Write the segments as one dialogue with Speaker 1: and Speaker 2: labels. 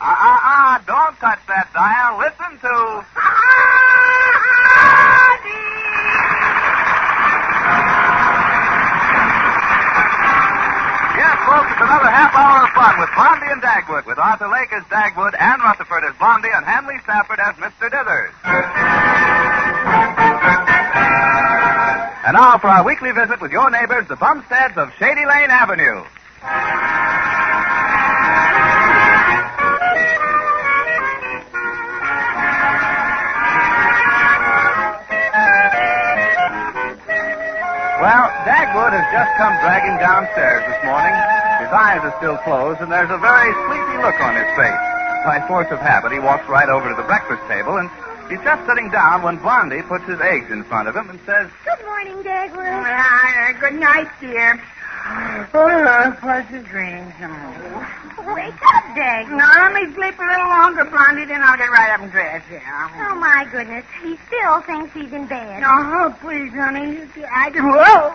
Speaker 1: Ah, ah, ah, don't touch that dial. Listen to. Yes, folks, it's another half hour of fun with Blondie and Dagwood, with Arthur Lake as Dagwood, Ann Rutherford as Blondie, and Hanley Stafford as Mr. Dithers. And now for our weekly visit with your neighbors, the Bumsteads of Shady Lane Avenue. Well, Dagwood has just come dragging downstairs this morning. His eyes are still closed, and there's a very sleepy look on his face. By force of habit, he walks right over to the breakfast table, and he's just sitting down when Blondie puts his eggs in front of him and says,
Speaker 2: Good morning, Dagwood.
Speaker 3: Uh, good night, dear. Oh, pleasant dreams.
Speaker 2: Wake up, Dagwood.
Speaker 3: Now, let me sleep a little longer, Blondie, then I'll get right up and dress
Speaker 2: Oh,
Speaker 3: Yeah.
Speaker 2: my goodness. He still thinks he's in bed.
Speaker 3: No, please, honey. I can... Whoa!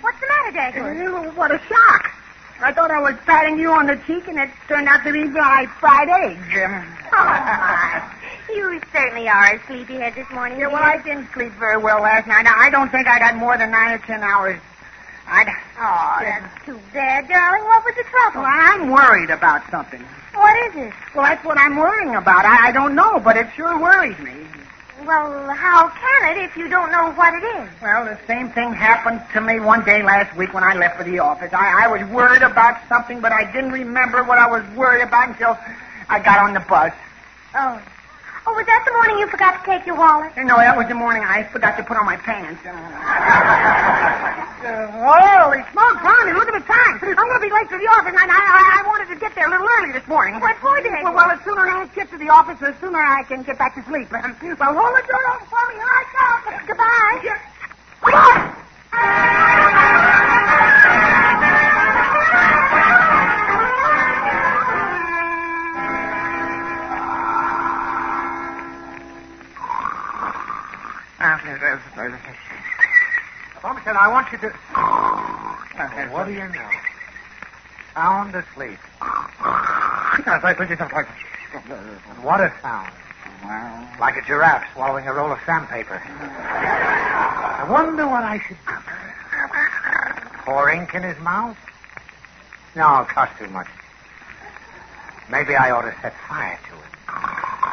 Speaker 2: What's the matter, Dagwood?
Speaker 3: What a shock. I thought I was patting you on the cheek, and it turned out to be my fried eggs.
Speaker 2: Oh, my. You certainly are a sleepyhead this morning.
Speaker 3: Yeah, well,
Speaker 2: dear.
Speaker 3: I didn't sleep very well last night. I don't think I got more than nine or ten hours. I...
Speaker 2: Oh, that's too bad, darling. What was the trouble?
Speaker 3: Well, I'm worried about something.
Speaker 2: What is it?
Speaker 3: Well, that's what I'm worrying about. I, I don't know, but it sure worries me.
Speaker 2: Well, how can it if you don't know what it is?
Speaker 3: Well, the same thing happened to me one day last week when I left for the office. I, I was worried about something, but I didn't remember what I was worried about until I got on the bus.
Speaker 2: Oh. Oh, was that the morning you forgot to take your wallet?
Speaker 3: You know, that was the morning I forgot to put on my pants. Uh, holy smoke, Brownie, look at the time. I'm going to be late for the office, and I, I, I wanted to get there a little early this morning.
Speaker 2: What for, Dad?
Speaker 3: Well, well, the sooner I get to the office, the sooner I can get back to sleep. Well, hold the door open for me. I come. Goodbye. Goodbye.
Speaker 4: Bumpkin, I want you to. what do you know? Sound asleep. What a sound.
Speaker 3: Hmm,
Speaker 4: Like a giraffe swallowing a roll of sandpaper. I wonder what I should do. Pour ink in his mouth? No, it costs too much. Maybe I ought to set fire to it.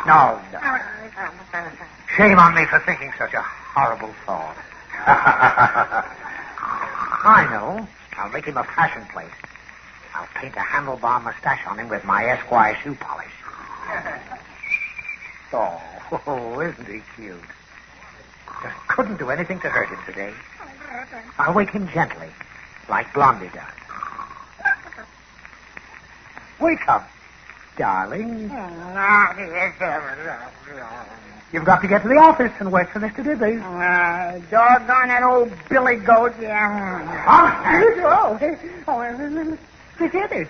Speaker 4: No, no. Shame on me for thinking such a horrible thought. I know. I'll make him a fashion plate. I'll paint a handlebar mustache on him with my Esquire shoe polish. Oh, isn't he cute? Just couldn't do anything to hurt him today. I'll wake him gently, like Blondie does. Wake up, darling. You've got to get to the office and wait for Mr. Dibby.
Speaker 3: Uh, doggone that old billy goat. Yeah. Oh, hey. oh, uh, Miss Dithers.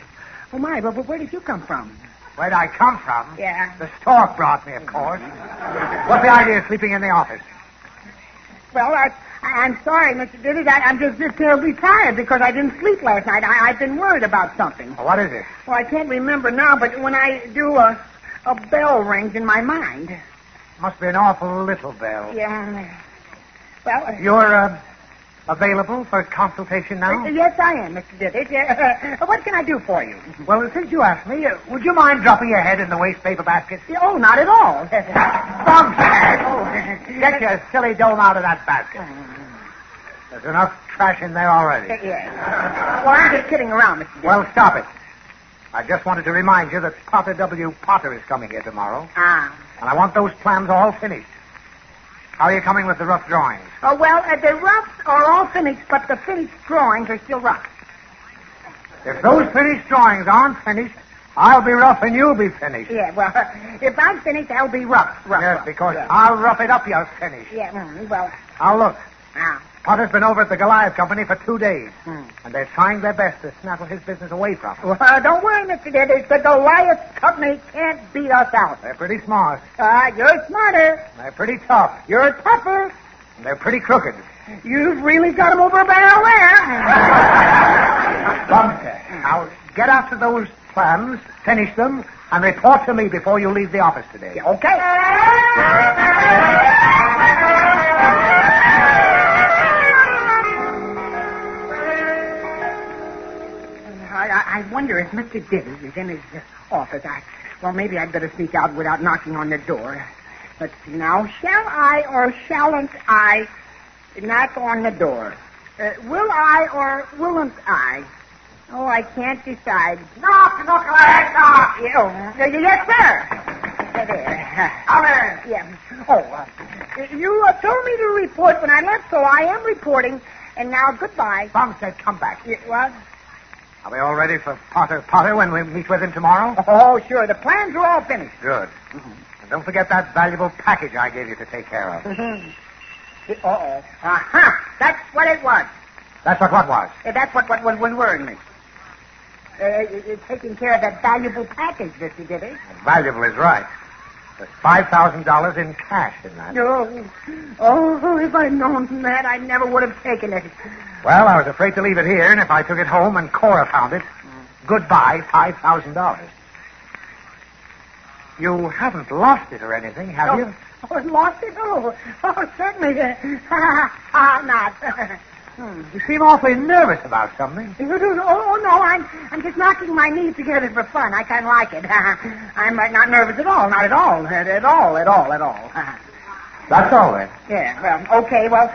Speaker 3: Oh, my, but but where did you come from?
Speaker 4: Where'd I come from?
Speaker 3: Yeah.
Speaker 4: The stork brought me, of course. What's the idea of sleeping in the office?
Speaker 3: Well, I, I, I'm sorry, Mr. Dithers. I, I'm just, just terribly tired because I didn't sleep last night. I, I've been worried about something.
Speaker 4: What is it?
Speaker 3: Well, I can't remember now, but when I do, a, a bell rings in my mind.
Speaker 4: Must be an awful little bell.
Speaker 3: Yeah. Well, uh,
Speaker 4: You're uh, available for consultation now?
Speaker 3: uh, yes, I am, Mr. Dithers. Yeah. what can I do for you?
Speaker 4: Well, since you asked me, uh, would you mind dropping your head in the waste paper basket?
Speaker 3: Yeah, Oh, not at all. Oh.
Speaker 4: Bumpkin! Get your silly dome out of that basket. There's enough trash in there already.
Speaker 3: Yeah. Well, I'm just kidding around, Mr. Dillon.
Speaker 4: Well, stop it. I just wanted to remind you that Potter W. Potter is coming here tomorrow,
Speaker 3: Ah.
Speaker 4: and I want those plans all finished. How are you coming with the rough drawings?
Speaker 3: Oh, well, uh, the roughs are all finished, but the finished drawings are still rough.
Speaker 4: If those finished drawings aren't finished, I'll be rough and you'll be finished.
Speaker 3: Yeah, well, if I'm finished, I'll be rough. rough
Speaker 4: yes,
Speaker 3: rough.
Speaker 4: because
Speaker 3: Yeah.
Speaker 4: I'll rough it up, you're finished.
Speaker 3: Yeah, mm, well,
Speaker 4: Now look,
Speaker 3: ah.
Speaker 4: Potter's been over at the Goliath Company for two days,
Speaker 3: Hmm.
Speaker 4: and they're trying their best to snattle his business away from him.
Speaker 3: Well, uh, don't worry, Mr. Dillon. The Goliath Company can't beat us out.
Speaker 4: They're pretty smart,
Speaker 3: Uh, you're smarter.
Speaker 4: they're pretty tough,
Speaker 3: You're tougher.
Speaker 4: and they're pretty crooked.
Speaker 3: You've really got 'em over a barrel there.
Speaker 4: Bumpkin, now get after those plans, finish them, and report to me before you leave the office today.
Speaker 3: Okay. I, I- I wonder if Mr. Diddy is in his uh, office. I, well, maybe I'd better sneak out without knocking on the door. Let's see now. Shall I or shalln't I knock on the door? Uh, will I or willn't I? Oh, I can't decide. Knock, knock, lad, knock. Yeah, oh, yes, sir. There, There. Come in. Yeah. Oh, uh, you uh, told me to report when I left, so I am reporting. And now, goodbye.
Speaker 4: Bob said come back.
Speaker 3: Yeah, well,
Speaker 4: Are we all ready for Potter Potter when we meet with him tomorrow?
Speaker 3: Oh, sure. The plans are all finished.
Speaker 4: Good. And don't forget that valuable package I gave you to take care of.
Speaker 3: Uh-huh. Uh-oh. Uh-huh. That's what it was.
Speaker 4: That's what what was.
Speaker 3: Uh, That's what, what, what was worrying me. Uh, you're taking care of that valuable package, Mr. Diddy.
Speaker 4: Valuable is right. There's five thousand dollars in cash in that.
Speaker 3: No. Oh, if I'd known that, I never would have taken it.
Speaker 4: Well, I was afraid to leave it here, and if I took it home and Cora found it, goodbye, five thousand dollars. You haven't lost it or anything, have
Speaker 3: oh,
Speaker 4: you?
Speaker 3: Oh, lost it? Oh, oh certainly. Uh, ah, not. Hmm.
Speaker 4: You seem awfully nervous about something.
Speaker 3: You do? Oh, oh, no, I'm, I'm just knocking my knees together for fun. I kind of like it. I'm uh, not nervous at all, not at all, at, at all, at all, at all.
Speaker 4: That's all then.
Speaker 3: yeah, well, okay, well,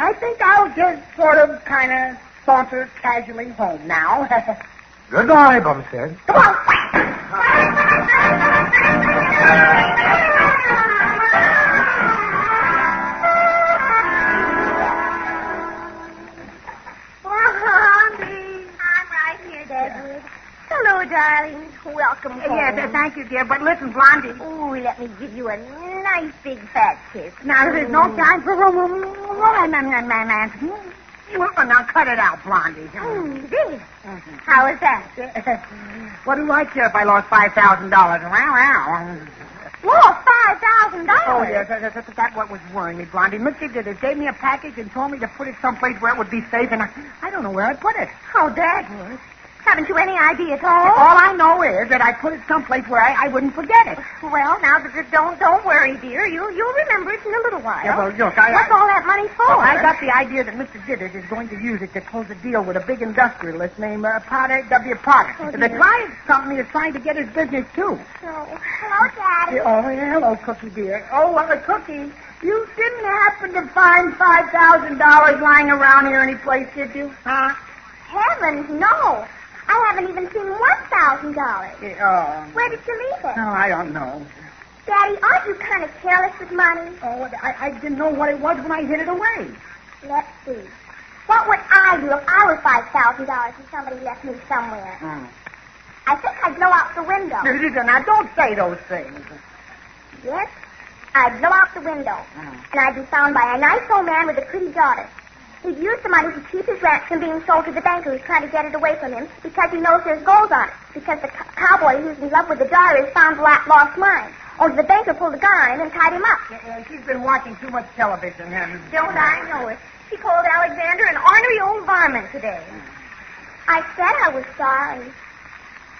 Speaker 3: I think I'll just sort of kind of saunter casually home now.
Speaker 4: Goodbye, Bum said.
Speaker 3: Come on.
Speaker 2: Mommy. Oh, I'm right here, Dagwood. Hello, darling. Welcome home.
Speaker 3: Yes, uh, thank you, dear, but listen, Blondie.
Speaker 2: Ooh, let me give you a nice big fat kiss.
Speaker 3: Now, there's no time for romance. Well, now cut it out, Blondie.
Speaker 2: Mm, this. How is that?
Speaker 3: what do I care if I lost five thousand dollars? Wow, wow.
Speaker 2: Whoa, five thousand
Speaker 3: Oh,
Speaker 2: dollars.
Speaker 3: yes, that's, that's, that's what was worrying me, Blondie. Mister did it. Gave me a package and told me to put it someplace where it would be safe, and I, I don't know where I put it.
Speaker 2: Oh, Dagwood. Haven't you any idea at all?
Speaker 3: All I know is that I put it someplace where I, I wouldn't forget it.
Speaker 2: Well, now th- th- don't don't worry, dear. You you'll remember it in a little while.
Speaker 3: Yeah, well, look, I-
Speaker 2: What's
Speaker 3: I-
Speaker 2: all that money for?
Speaker 3: Well, I got the idea that Mr. Diddit is going to use it to close a deal with a big industrialist named uh, Potter W. Potter.
Speaker 2: Oh,
Speaker 3: the
Speaker 2: dear.
Speaker 3: client's company is trying to get his business,
Speaker 2: Oh,
Speaker 3: too.
Speaker 2: hello, Daddy.
Speaker 3: Yeah, Oh, yeah, hello, Cookie dear. Oh, well, the Cookie, you didn't happen to find five thousand dollars lying around here any place, did you? Huh?
Speaker 2: Heavens, no. I haven't even seen one thousand dollars.
Speaker 3: Yeah, oh.
Speaker 2: Where did you leave it?
Speaker 3: No, I don't know.
Speaker 2: Daddy, aren't you kind of careless with money?
Speaker 3: Oh, I, I didn't know what it was when I hid it away.
Speaker 2: Let's see. What would I do if I were five thousand dollars and somebody left me somewhere? I think I'd blow out the window.
Speaker 3: Now, don't say those things.
Speaker 2: Yes, I'd blow out the window, and I'd be found by a nice old man with a pretty daughter. He'd use the money to keep his ranch from being sold to the banker who's trying to get it away from him because he knows there's gold on it. Because the co- cowboy who's in love with the daughter has found the la- lost mine. Oh, the banker pulled a gun on him and tied him up.
Speaker 3: she's been watching too much television, and
Speaker 2: Don't I know it? She called Alexander an ornery old varmint today. I said I was sorry.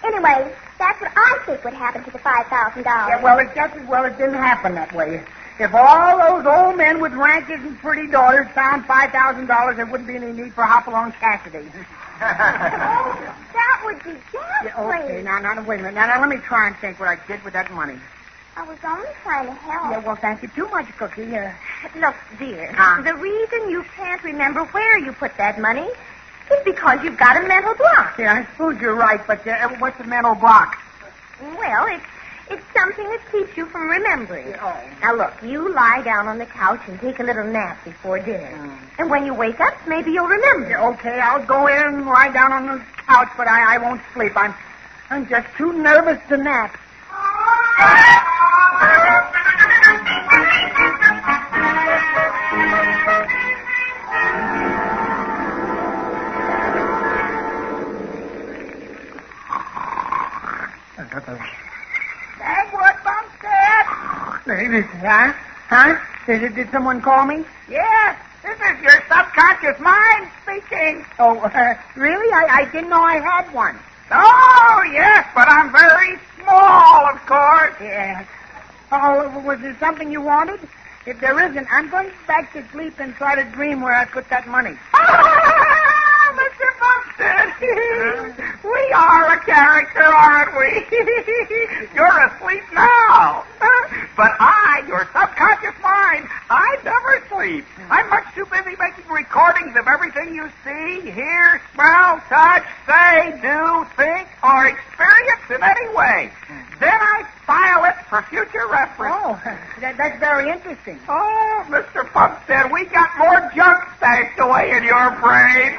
Speaker 2: Anyway, that's what I think would happen to the five thousand
Speaker 3: Yeah,
Speaker 2: dollars.
Speaker 3: well, it's just as well it didn't happen that way. If all those old men with ranches and pretty daughters found five thousand dollars, there wouldn't be any need for Hopalong Cassidy.
Speaker 2: Oh, that would be
Speaker 3: Yeah,
Speaker 2: ghastly.
Speaker 3: okay, now, now, wait a minute. Now, now, let me try and think what I did with that money.
Speaker 2: I was only trying to help.
Speaker 3: Yeah, well, thank you too much, Cookie. Yeah.
Speaker 2: Look, dear,
Speaker 3: Huh?
Speaker 2: the reason you can't remember where you put that money is because you've got a mental block.
Speaker 3: Yeah, I suppose you're right, but uh, what's the mental block?
Speaker 2: Well, it's it's something that keeps you from remembering.
Speaker 3: Oh.
Speaker 2: Now look, you lie down on the couch and take a little nap before dinner.
Speaker 3: Mm.
Speaker 2: And when you wake up, maybe you'll remember.
Speaker 3: Yeah, okay, I'll go in and lie down on the couch, but I, I won't sleep. I'm, I'm just too nervous to nap. Dagwood, Bumpstead! Huh? Huh? Did, did, did someone call me? Yes, this is your subconscious mind speaking. Oh, uh, really? I, I didn't know I had one. Oh, yes, but I'm very small, of course. Yes. Uh, Oh, was there something you wanted? If there isn't, I'm going back to sleep and try to dream where I put that money. Mr. Bumpton, we are a character, aren't we? You're asleep now.
Speaker 1: But I, your subconscious mind, I never sleep. I'm much too busy making recordings of everything you see, hear, smell, touch, say, do, think, or experience in any way. Then I file it for future reference.
Speaker 3: Oh, that, that's very interesting.
Speaker 1: Oh, Mr. Pumpstead, we got more junk stashed away in your brain.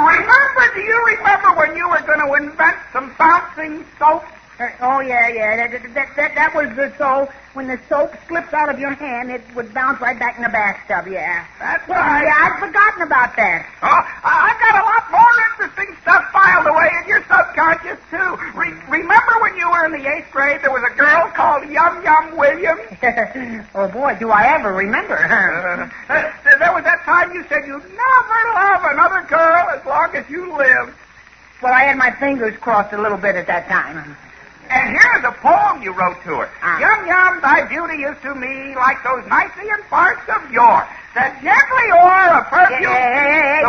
Speaker 1: remember, do you remember when you were going to invent some bouncing soap?
Speaker 3: Uh, oh, yeah, yeah. That, that, that, that was the so when the soap slips out of your hand, it would bounce right back in the bathtub, yeah.
Speaker 1: That's
Speaker 3: Yeah,
Speaker 1: right.
Speaker 3: I'd forgotten about that.
Speaker 1: Oh, I- I've got a lot more interesting stuff filed away in your subconscious, too. Re- remember when you were in the eighth grade, there was a girl called Yum Yum Williams?
Speaker 3: oh, boy, do I ever remember.
Speaker 1: Uh, there was that time you said you'd never love another girl as long as you lived.
Speaker 3: Well, I had my fingers crossed a little bit at that time.
Speaker 1: And here's a poem you wrote to her.
Speaker 3: Ah.
Speaker 1: Yum yum, thy beauty is to me like those Nicean parts of yore, that gently o'er a
Speaker 3: Yeah,
Speaker 1: perfume.
Speaker 3: yeah, yeah,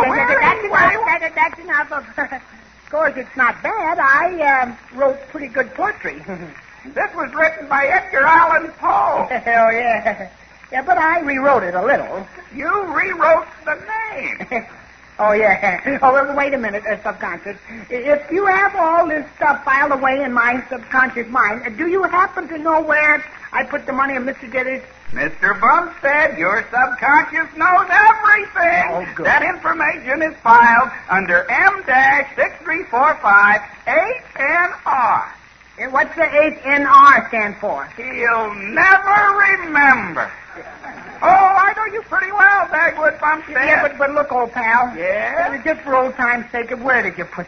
Speaker 1: the
Speaker 3: yeah, yeah,
Speaker 1: weary
Speaker 3: that's
Speaker 1: way-
Speaker 3: enough. That, that's enough of. Of course, it's not bad. I um, wrote pretty good poetry.
Speaker 1: This was written by Edgar Allan
Speaker 3: oh
Speaker 1: Poe.
Speaker 3: yeah, yeah, but I rewrote it a little.
Speaker 1: You rewrote the name.
Speaker 3: oh yeah. Oh, well, wait a minute, uh, subconscious. I- If you have all this stuff filed away in my subconscious mind, uh, do you happen to know where I put the money of Mister Geddes?
Speaker 1: Mr. Bumstead, your subconscious knows everything.
Speaker 3: Oh, good.
Speaker 1: That information is filed under M-6345 8NR.
Speaker 3: And Uh, What's the HNR stand for?
Speaker 1: He'll never remember. Oh, I know you pretty well, Dagwood Bumstead.
Speaker 3: Yeah, but, but look, old pal.
Speaker 1: Yes?
Speaker 3: Just for old time's sake, where did you put?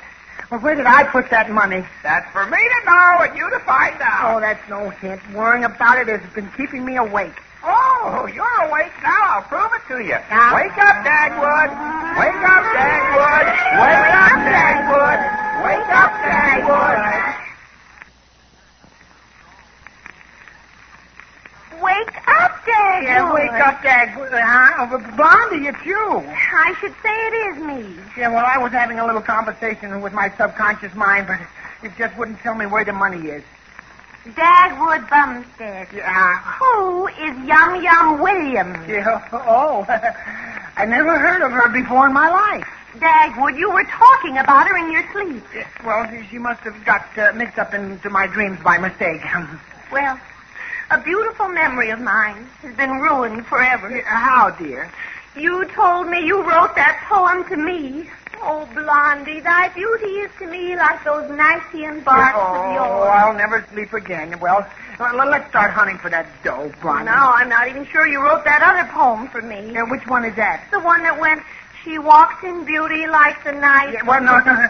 Speaker 3: Well, where did I put that money?
Speaker 1: That's for me to know and you to find
Speaker 3: Oh,
Speaker 1: out.
Speaker 3: that's no hint. Worrying about it has been keeping me awake.
Speaker 1: Oh, you're awake now. I'll prove it to you.
Speaker 3: Ah.
Speaker 1: Wake up, Dagwood. Wake up, Dagwood. Wake up, Dagwood. Wake up, Dagwood.
Speaker 2: Wake up, Dad.
Speaker 3: Yeah, wake up, Dag. Huh? Oh, but Blondie, it's you.
Speaker 2: I should say it is me.
Speaker 3: Yeah, well, I was having a little conversation with my subconscious mind, but it just wouldn't tell me where the money is.
Speaker 2: Dagwood Bumstead.
Speaker 3: Yeah.
Speaker 2: Who is Yum Yum Williams?
Speaker 3: Yeah. Oh. I never heard of her before in my life.
Speaker 2: Dagwood, you were talking about her in your sleep.
Speaker 3: Yeah, Well, she- she must have got uh, mixed up into my dreams by mistake.
Speaker 2: Well, a beautiful memory of mine has been ruined forever.
Speaker 3: Yeah, How, dear?
Speaker 2: You told me you wrote that poem to me. Oh, Blondie, thy beauty is to me like those Nicean barks
Speaker 3: oh,
Speaker 2: of yore.
Speaker 3: I'll never sleep again. Well, l- let's start hunting for that dough, Blondie.
Speaker 2: Now I'm not even sure you wrote that other poem for me.
Speaker 3: Yeah, which one is that?
Speaker 2: The one that went, she walks in beauty like the night.
Speaker 3: Yeah, well, no, no.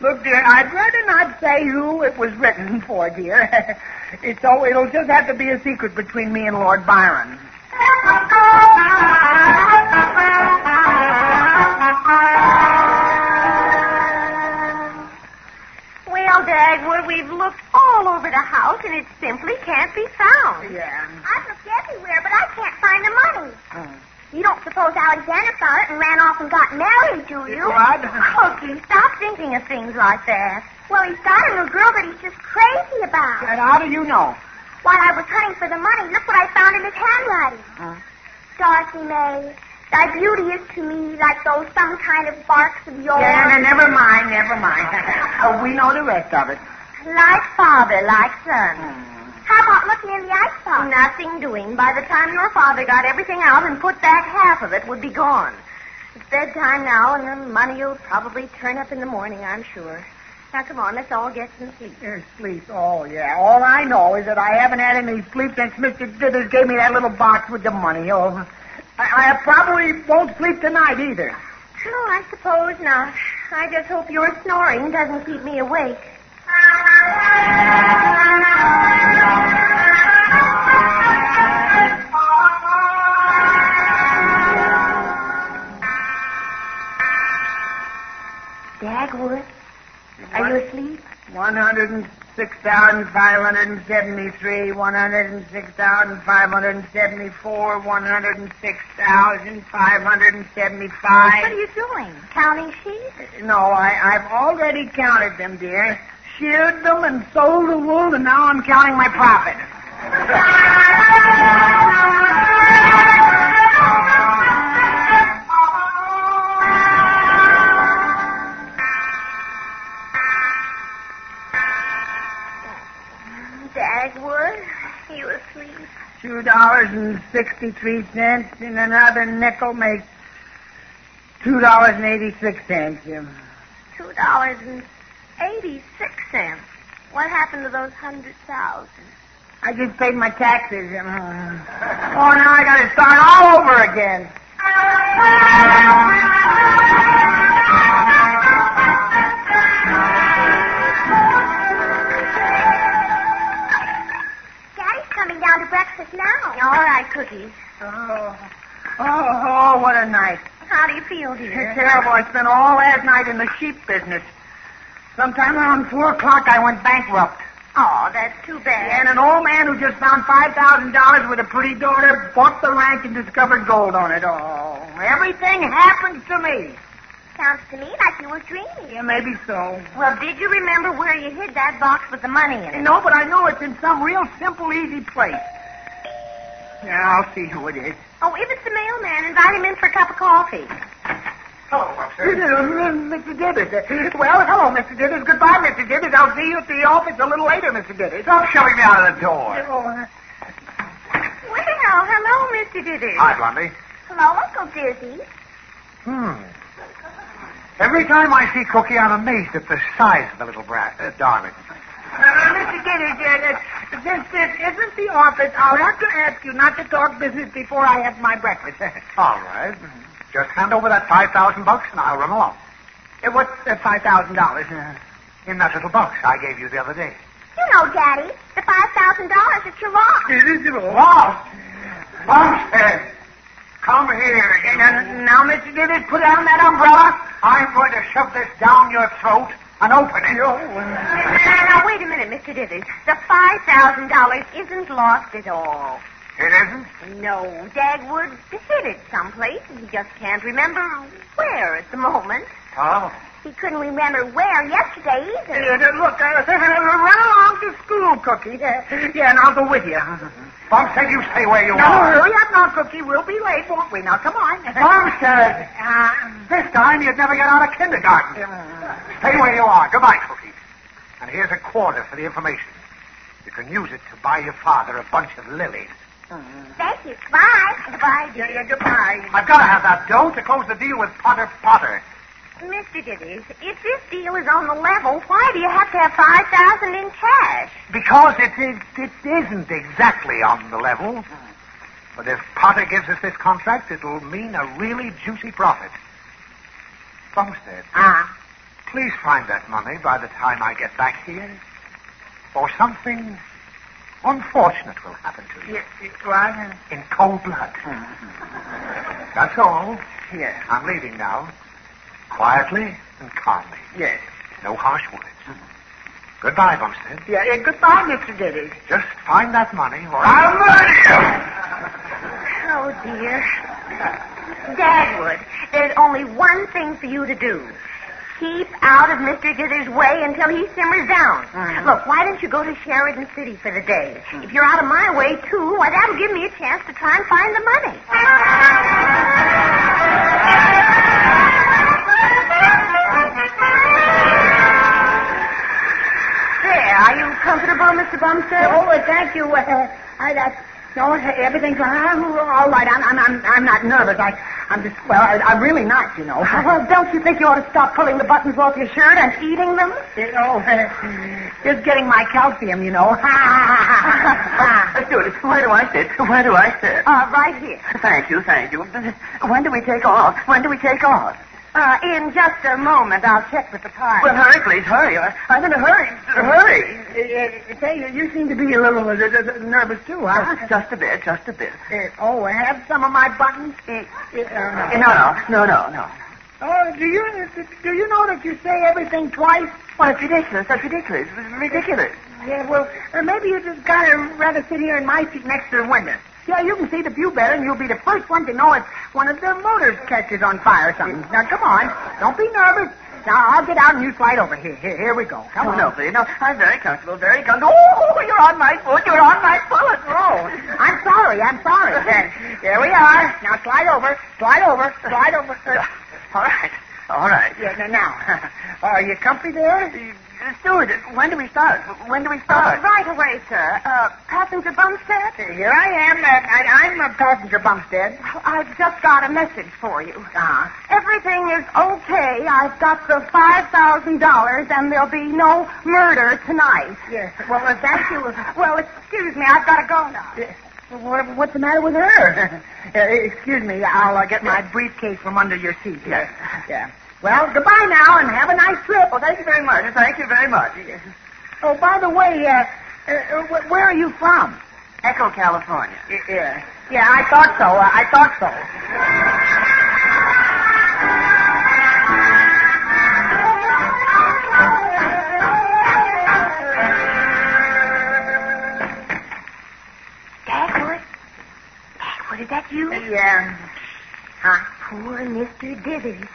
Speaker 3: Look, dear, I'd rather not say who it was written for, dear. It's so it'll just have to be a secret between me and Lord Byron.
Speaker 2: Well, Dagwood, we've looked all over the house and it simply can't be found.
Speaker 3: Yeah.
Speaker 2: I've looked everywhere, but I can't find the money. You don't suppose Alexander found it and ran off and got married, do you?
Speaker 3: What?
Speaker 2: Cookie, stop thinking of things like that. Well, he's got a new girl that he's just crazy about.
Speaker 3: And how do you know?
Speaker 2: While I was hunting for the money, look what I found in his handwriting.
Speaker 3: Huh?
Speaker 2: Dorothy May, thy beauty is to me like those some kind of barks of yours.
Speaker 3: Yeah, no, never mind, never mind. Uh, we know the rest of it.
Speaker 2: Like father, like son.
Speaker 3: Hmm.
Speaker 2: How about looking in the icebox? Nothing doing. By the time your father got everything out and put back half of it would be gone. It's bedtime now, and the money will probably turn up in the morning, I'm sure. Now, come on, let's all get some sleep.
Speaker 3: Your sleep. Oh, yeah. All I know is that I haven't had any sleep since Mr. Dithers gave me that little box with the money. Oh, I, I probably won't sleep tonight either.
Speaker 2: Oh, I suppose not. I just hope your snoring doesn't keep me awake. Dagwood,
Speaker 3: 6,573, 106,574, 106,575.
Speaker 5: What are you doing?
Speaker 2: Counting sheep?
Speaker 3: No, I, I've already counted them, dear. Sheared them and sold the wool, and now I'm counting my profit.
Speaker 2: Dagwood, you asleep?
Speaker 3: Two dollars and sixty-three cents, and another nickel makes two dollars and eighty-six cents. Um,
Speaker 2: Two dollars and eighty-six cents. What happened to those hundred thousand?
Speaker 3: I just paid my taxes. um, oh, now I got to start all over again.
Speaker 2: Daddy's coming down to breakfast now.
Speaker 5: All right, Cookie.
Speaker 3: Oh, oh, oh what a night!
Speaker 5: How do you feel,
Speaker 3: It's
Speaker 5: dear?
Speaker 3: terrible. I spent all last night in the sheep business. Sometime around four o'clock, I went bankrupt.
Speaker 5: Oh, that's too bad.
Speaker 3: And an old man who just found five thousand dollars with a pretty daughter bought the ranch and discovered gold on it. Oh, everything happens to me.
Speaker 2: Sounds to me like you were dreaming.
Speaker 3: Yeah, maybe so.
Speaker 5: Well, did you remember where you hid that box with the money in it?
Speaker 3: No, but I know it's in some real simple, easy place. Yeah, I'll see who it is.
Speaker 5: Oh, if it's the mailman, invite him in for a cup of coffee.
Speaker 4: Hello, officer.
Speaker 3: Mr. Dibbers. Well, hello, Mr. Dibbers. Goodbye, Mr. Dibbers. I'll see you at the office a little later, Mr. Dibbers.
Speaker 4: Stop shoving me out of the door.
Speaker 3: Oh, uh,
Speaker 5: Well, hello, Mr. Diddy.
Speaker 3: Uh,
Speaker 4: Hi, Blondie.
Speaker 2: Hello, Uncle Dizzy.
Speaker 4: Hmm. Every time I see Cookie, I'm amazed at the size of the little brat. Uh, darling.
Speaker 3: Uh, Mr. Dibbers, uh, uh, since this isn't the office, I'll have to ask you not to talk business before I have my breakfast.
Speaker 4: All right. Just hand over that 5000 bucks and I'll run along.
Speaker 3: Uh, What's uh, $5,000? Uh,
Speaker 4: In that little box I gave you the other day.
Speaker 2: You know, Daddy, the five thousand dollars that you lost.
Speaker 4: Lost! Bumpstead! Come here, you...
Speaker 3: Now, now, Mr. Davis, put down that umbrella.
Speaker 4: I'm going to shove this down your throat and open it.
Speaker 5: Now, now, wait a minute, Mr. Diddy. The $5,000 isn't lost at all.
Speaker 4: It isn't?
Speaker 5: No, Dagwood hid it someplace, and he just can't remember where at the moment.
Speaker 4: Oh.
Speaker 2: He couldn't remember where yesterday
Speaker 3: Uh,
Speaker 2: either.
Speaker 3: uh, look, uh, run along to school, Cookie. Uh, yeah, and I'll go with you. Uh,
Speaker 4: Bumpstead, you stay where you
Speaker 3: Now,
Speaker 4: are.
Speaker 3: hurry up now, Cookie. We'll be late, won't we? Now, come on.
Speaker 4: Bumpstead!
Speaker 5: Um,
Speaker 3: Uh,
Speaker 4: This time you'd never get out of kindergarten. Stay where you are. Goodbye, Cookie. And here's a quarter for the information. You can use it to buy your father a bunch of lilies.
Speaker 2: Thank you. Bye.
Speaker 5: Goodbye,
Speaker 3: yeah,
Speaker 5: dear.
Speaker 3: yeah, goodbye.
Speaker 4: I've got to have that dough to close the deal with Potter Potter.
Speaker 5: Mr. Diddy, if this deal is on the level, why do you have to have 5000 in cash?
Speaker 4: Because it, is, it isn't exactly on the level. But if Potter gives us this contract, it'll mean a really juicy profit. Bumstead,
Speaker 3: Ah,
Speaker 4: please find that money by the time I get back here. Or something unfortunate will happen to you.
Speaker 3: yeah, well,
Speaker 4: in cold blood.
Speaker 3: Hmm.
Speaker 4: That's all.
Speaker 3: Mm-hmm. yes,
Speaker 4: I'm leaving now. Quietly and calmly.
Speaker 3: yes.
Speaker 4: No harsh words. Goodbye, Bumstead.
Speaker 3: Yeah, yeah, goodbye, Mr. Diddy.
Speaker 4: Just find that money or I'll murder
Speaker 5: Oh, dear. Dagwood, there's only one thing for you to do. Keep out of Mr. Diddy's way until he simmers down.
Speaker 3: Mm.
Speaker 5: Look, why don't you go to Sheridan City for the day? If you're out of my way, too, why, that'll give me a chance to try and find the money. There, are you comfortable, Mr. Bumstead?
Speaker 3: Oh, well, thank you. Uh, I, I, no, everything's all right. I'm, I'm, I'm, I'm not nervous. I, I'm just, well, I, I'm really not, you know.
Speaker 5: Well, don't you think you ought to stop pulling the buttons off your shirt and eating them?
Speaker 3: You know, just getting my calcium, you know.
Speaker 1: Let's do it. Where do I sit? Where do I sit?
Speaker 5: Uh, right here.
Speaker 1: Thank you, thank you. When do we take off? When do we take off?
Speaker 5: Uh, in just a moment, I'll check with the time.
Speaker 1: Well, hurry, please, hurry. I- I'm in a hurry. Hurry.
Speaker 3: Uh, Say, you- you seem to be a little uh, uh, nervous, too, huh?
Speaker 1: Just, just a bit, just a bit.
Speaker 3: Uh, oh, have some of my buttons? Uh,
Speaker 1: No, no, no, no, no.
Speaker 3: Oh, do you do you know that you say everything twice?
Speaker 1: Why, it's ridiculous. That's ridiculous. It's ridiculous.
Speaker 3: Yeah, well, uh, maybe you just gotta rather sit here in my seat next to the window. Yeah, you can see the view better, and you'll be the first one to know if one of the motors catches on fire or something. Now, come on. Don't be nervous. Now, I'll get out and you slide over. Here, here, here we go. Come
Speaker 5: Oh,
Speaker 3: on.
Speaker 5: no, Vee, no. I'm very comfortable, very comfortable. Oh, you're on my foot. You're on my foot. Oh.
Speaker 3: I'm sorry. I'm sorry.
Speaker 5: Here we are.
Speaker 3: Now, slide over. Slide over. Slide over.
Speaker 5: All right. All right.
Speaker 3: Yeah, now, now. Are you comfy there?
Speaker 5: Uh, Steward, when do we start? When do we start? right away, sir. Uh, passenger Bumstead?
Speaker 3: Here I am. Uh, I, I'm a passenger Bumstead.
Speaker 5: I've just got a message for you.
Speaker 3: Uh-huh.
Speaker 5: Everything is okay. I've got the $5,000 and there'll be no murder tonight.
Speaker 3: Yes. Well, if that's you,
Speaker 5: Well, excuse me. I've got to go now.
Speaker 3: What, what's the matter with her? Uh, excuse me, I'll uh, get my briefcase from under your seat. Yes. Yeah. Well, goodbye now, and have a nice trip.
Speaker 5: Well, thank you very much. Thank you very much.
Speaker 3: Oh, by the way, uh, uh, wh- where are you from?
Speaker 5: Echo, California.
Speaker 3: Yeah. Yeah, I thought so. Uh, I thought so.
Speaker 2: Dagwood? Dagwood, is that you?
Speaker 3: Yeah. Huh?
Speaker 2: Poor Mr. Dithers.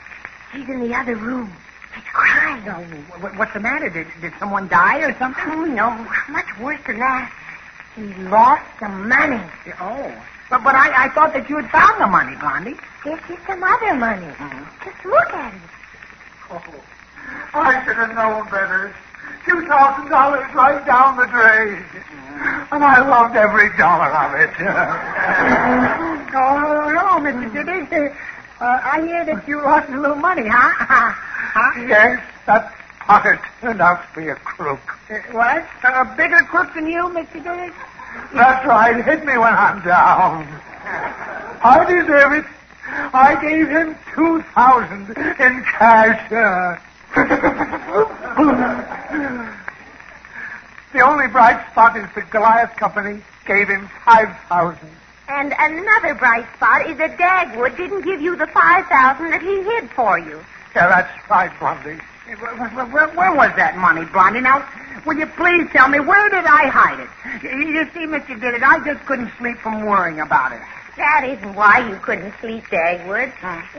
Speaker 2: He's in the other room. He's crying.
Speaker 3: No, wh- what's the matter? Did, did someone die or something?
Speaker 2: Oh, no. Much worse than that. He lost the money.
Speaker 3: Oh. But, but I, I thought that you had found the money, Blondie.
Speaker 2: This is some other money. Just look at him.
Speaker 4: Oh, I should have known better. Two thousand dollars right down the drain. And I loved every dollar of it.
Speaker 3: Oh, hello, Mr. Diddy. Uh, I hear that you lost a little money, huh? huh?
Speaker 4: yes, that part enough to be a crook.
Speaker 3: Uh, What? A bigger crook than you, Mr. Diddy?
Speaker 4: That's right. Hit me when I'm down. I deserve it. I gave him two thousand in cash. the only bright spot is the Goliath Company gave him five thousand.
Speaker 2: And another bright spot is that Dagwood didn't give you the 5000 that he hid for you.
Speaker 4: Yeah, that's right, Blondie.
Speaker 3: Where, where, where was that money, Blondie? Now, will you please tell me, where did I hide it? You, you see, Mr. Diddy, I just couldn't sleep from worrying about it.
Speaker 2: That isn't why you couldn't sleep, Dagwood.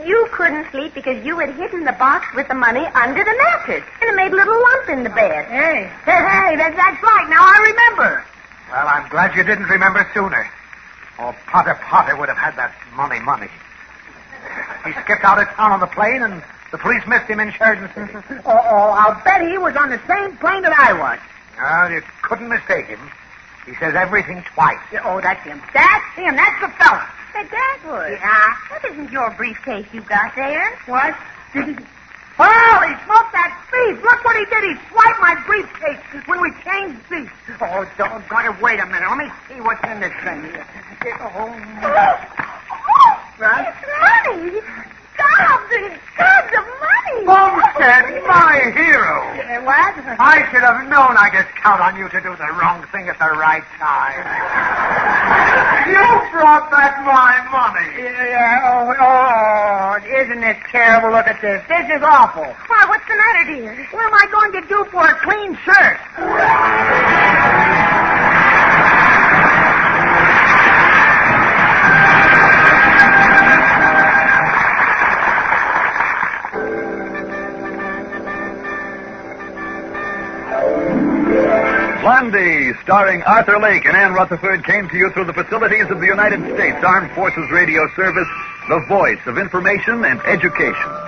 Speaker 2: You couldn't sleep because you had hidden the box with the money under the mattress. And it made a little lump in the bed.
Speaker 3: Hey, hey, hey, that, that's right. Now I remember.
Speaker 4: Well, I'm glad you didn't remember sooner. Or Potter Potter would have had that money, money. He skipped out of town on the plane, and the police missed him in Sheridan City.
Speaker 3: Oh, oh, I'll bet he was on the same plane that I was.
Speaker 4: Well, you couldn't mistake him. He says everything twice.
Speaker 3: Yeah, Oh, that's him. That's him. That's the fella.
Speaker 2: But Dagwood,
Speaker 3: Yeah.
Speaker 2: that isn't your briefcase you got there.
Speaker 3: What? Holy smoke, Oh, that thief! Look what he did. He swiped my briefcase when we changed seats. Oh, don't go Wait a minute. Let me see what's in this thing. here. Oh, Right?
Speaker 2: Money! Gobs and gobs of money!
Speaker 4: Bumstead, my hero!
Speaker 3: Uh, what?
Speaker 4: I should have known I could count on you to do the wrong thing at the right time. you brought back my money.
Speaker 3: Yeah, oh, oh, isn't it terrible? Look at this. This is awful.
Speaker 2: Why, what's the matter, dear?
Speaker 3: What am I going to do for a clean shirt?
Speaker 1: Blondie, starring Arthur Lake and Ann Rutherford, came to you through the facilities of the United States Armed Forces Radio Service, the voice of information and education.